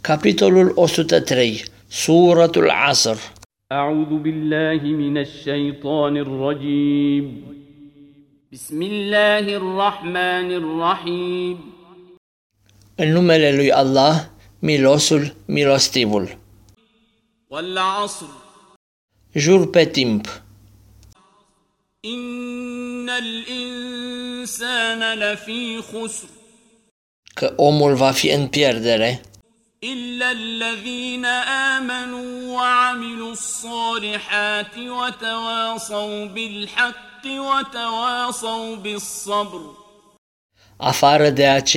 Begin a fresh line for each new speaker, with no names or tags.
Capitolul 103, Suratul Asr.
أعوذ بالله من الشيطان الرجيم بسم الله الرحمن الرحيم
În numele lui Allah, milosul, milostivul.
والعصر
Jur pe timp.
إن الإنسان لفي خسر
Că omul va fi în pierdere,
إلا الذين آمنوا وعملوا الصالحات وتواصوا بالحق وتواصوا بالصبر
afară de aceea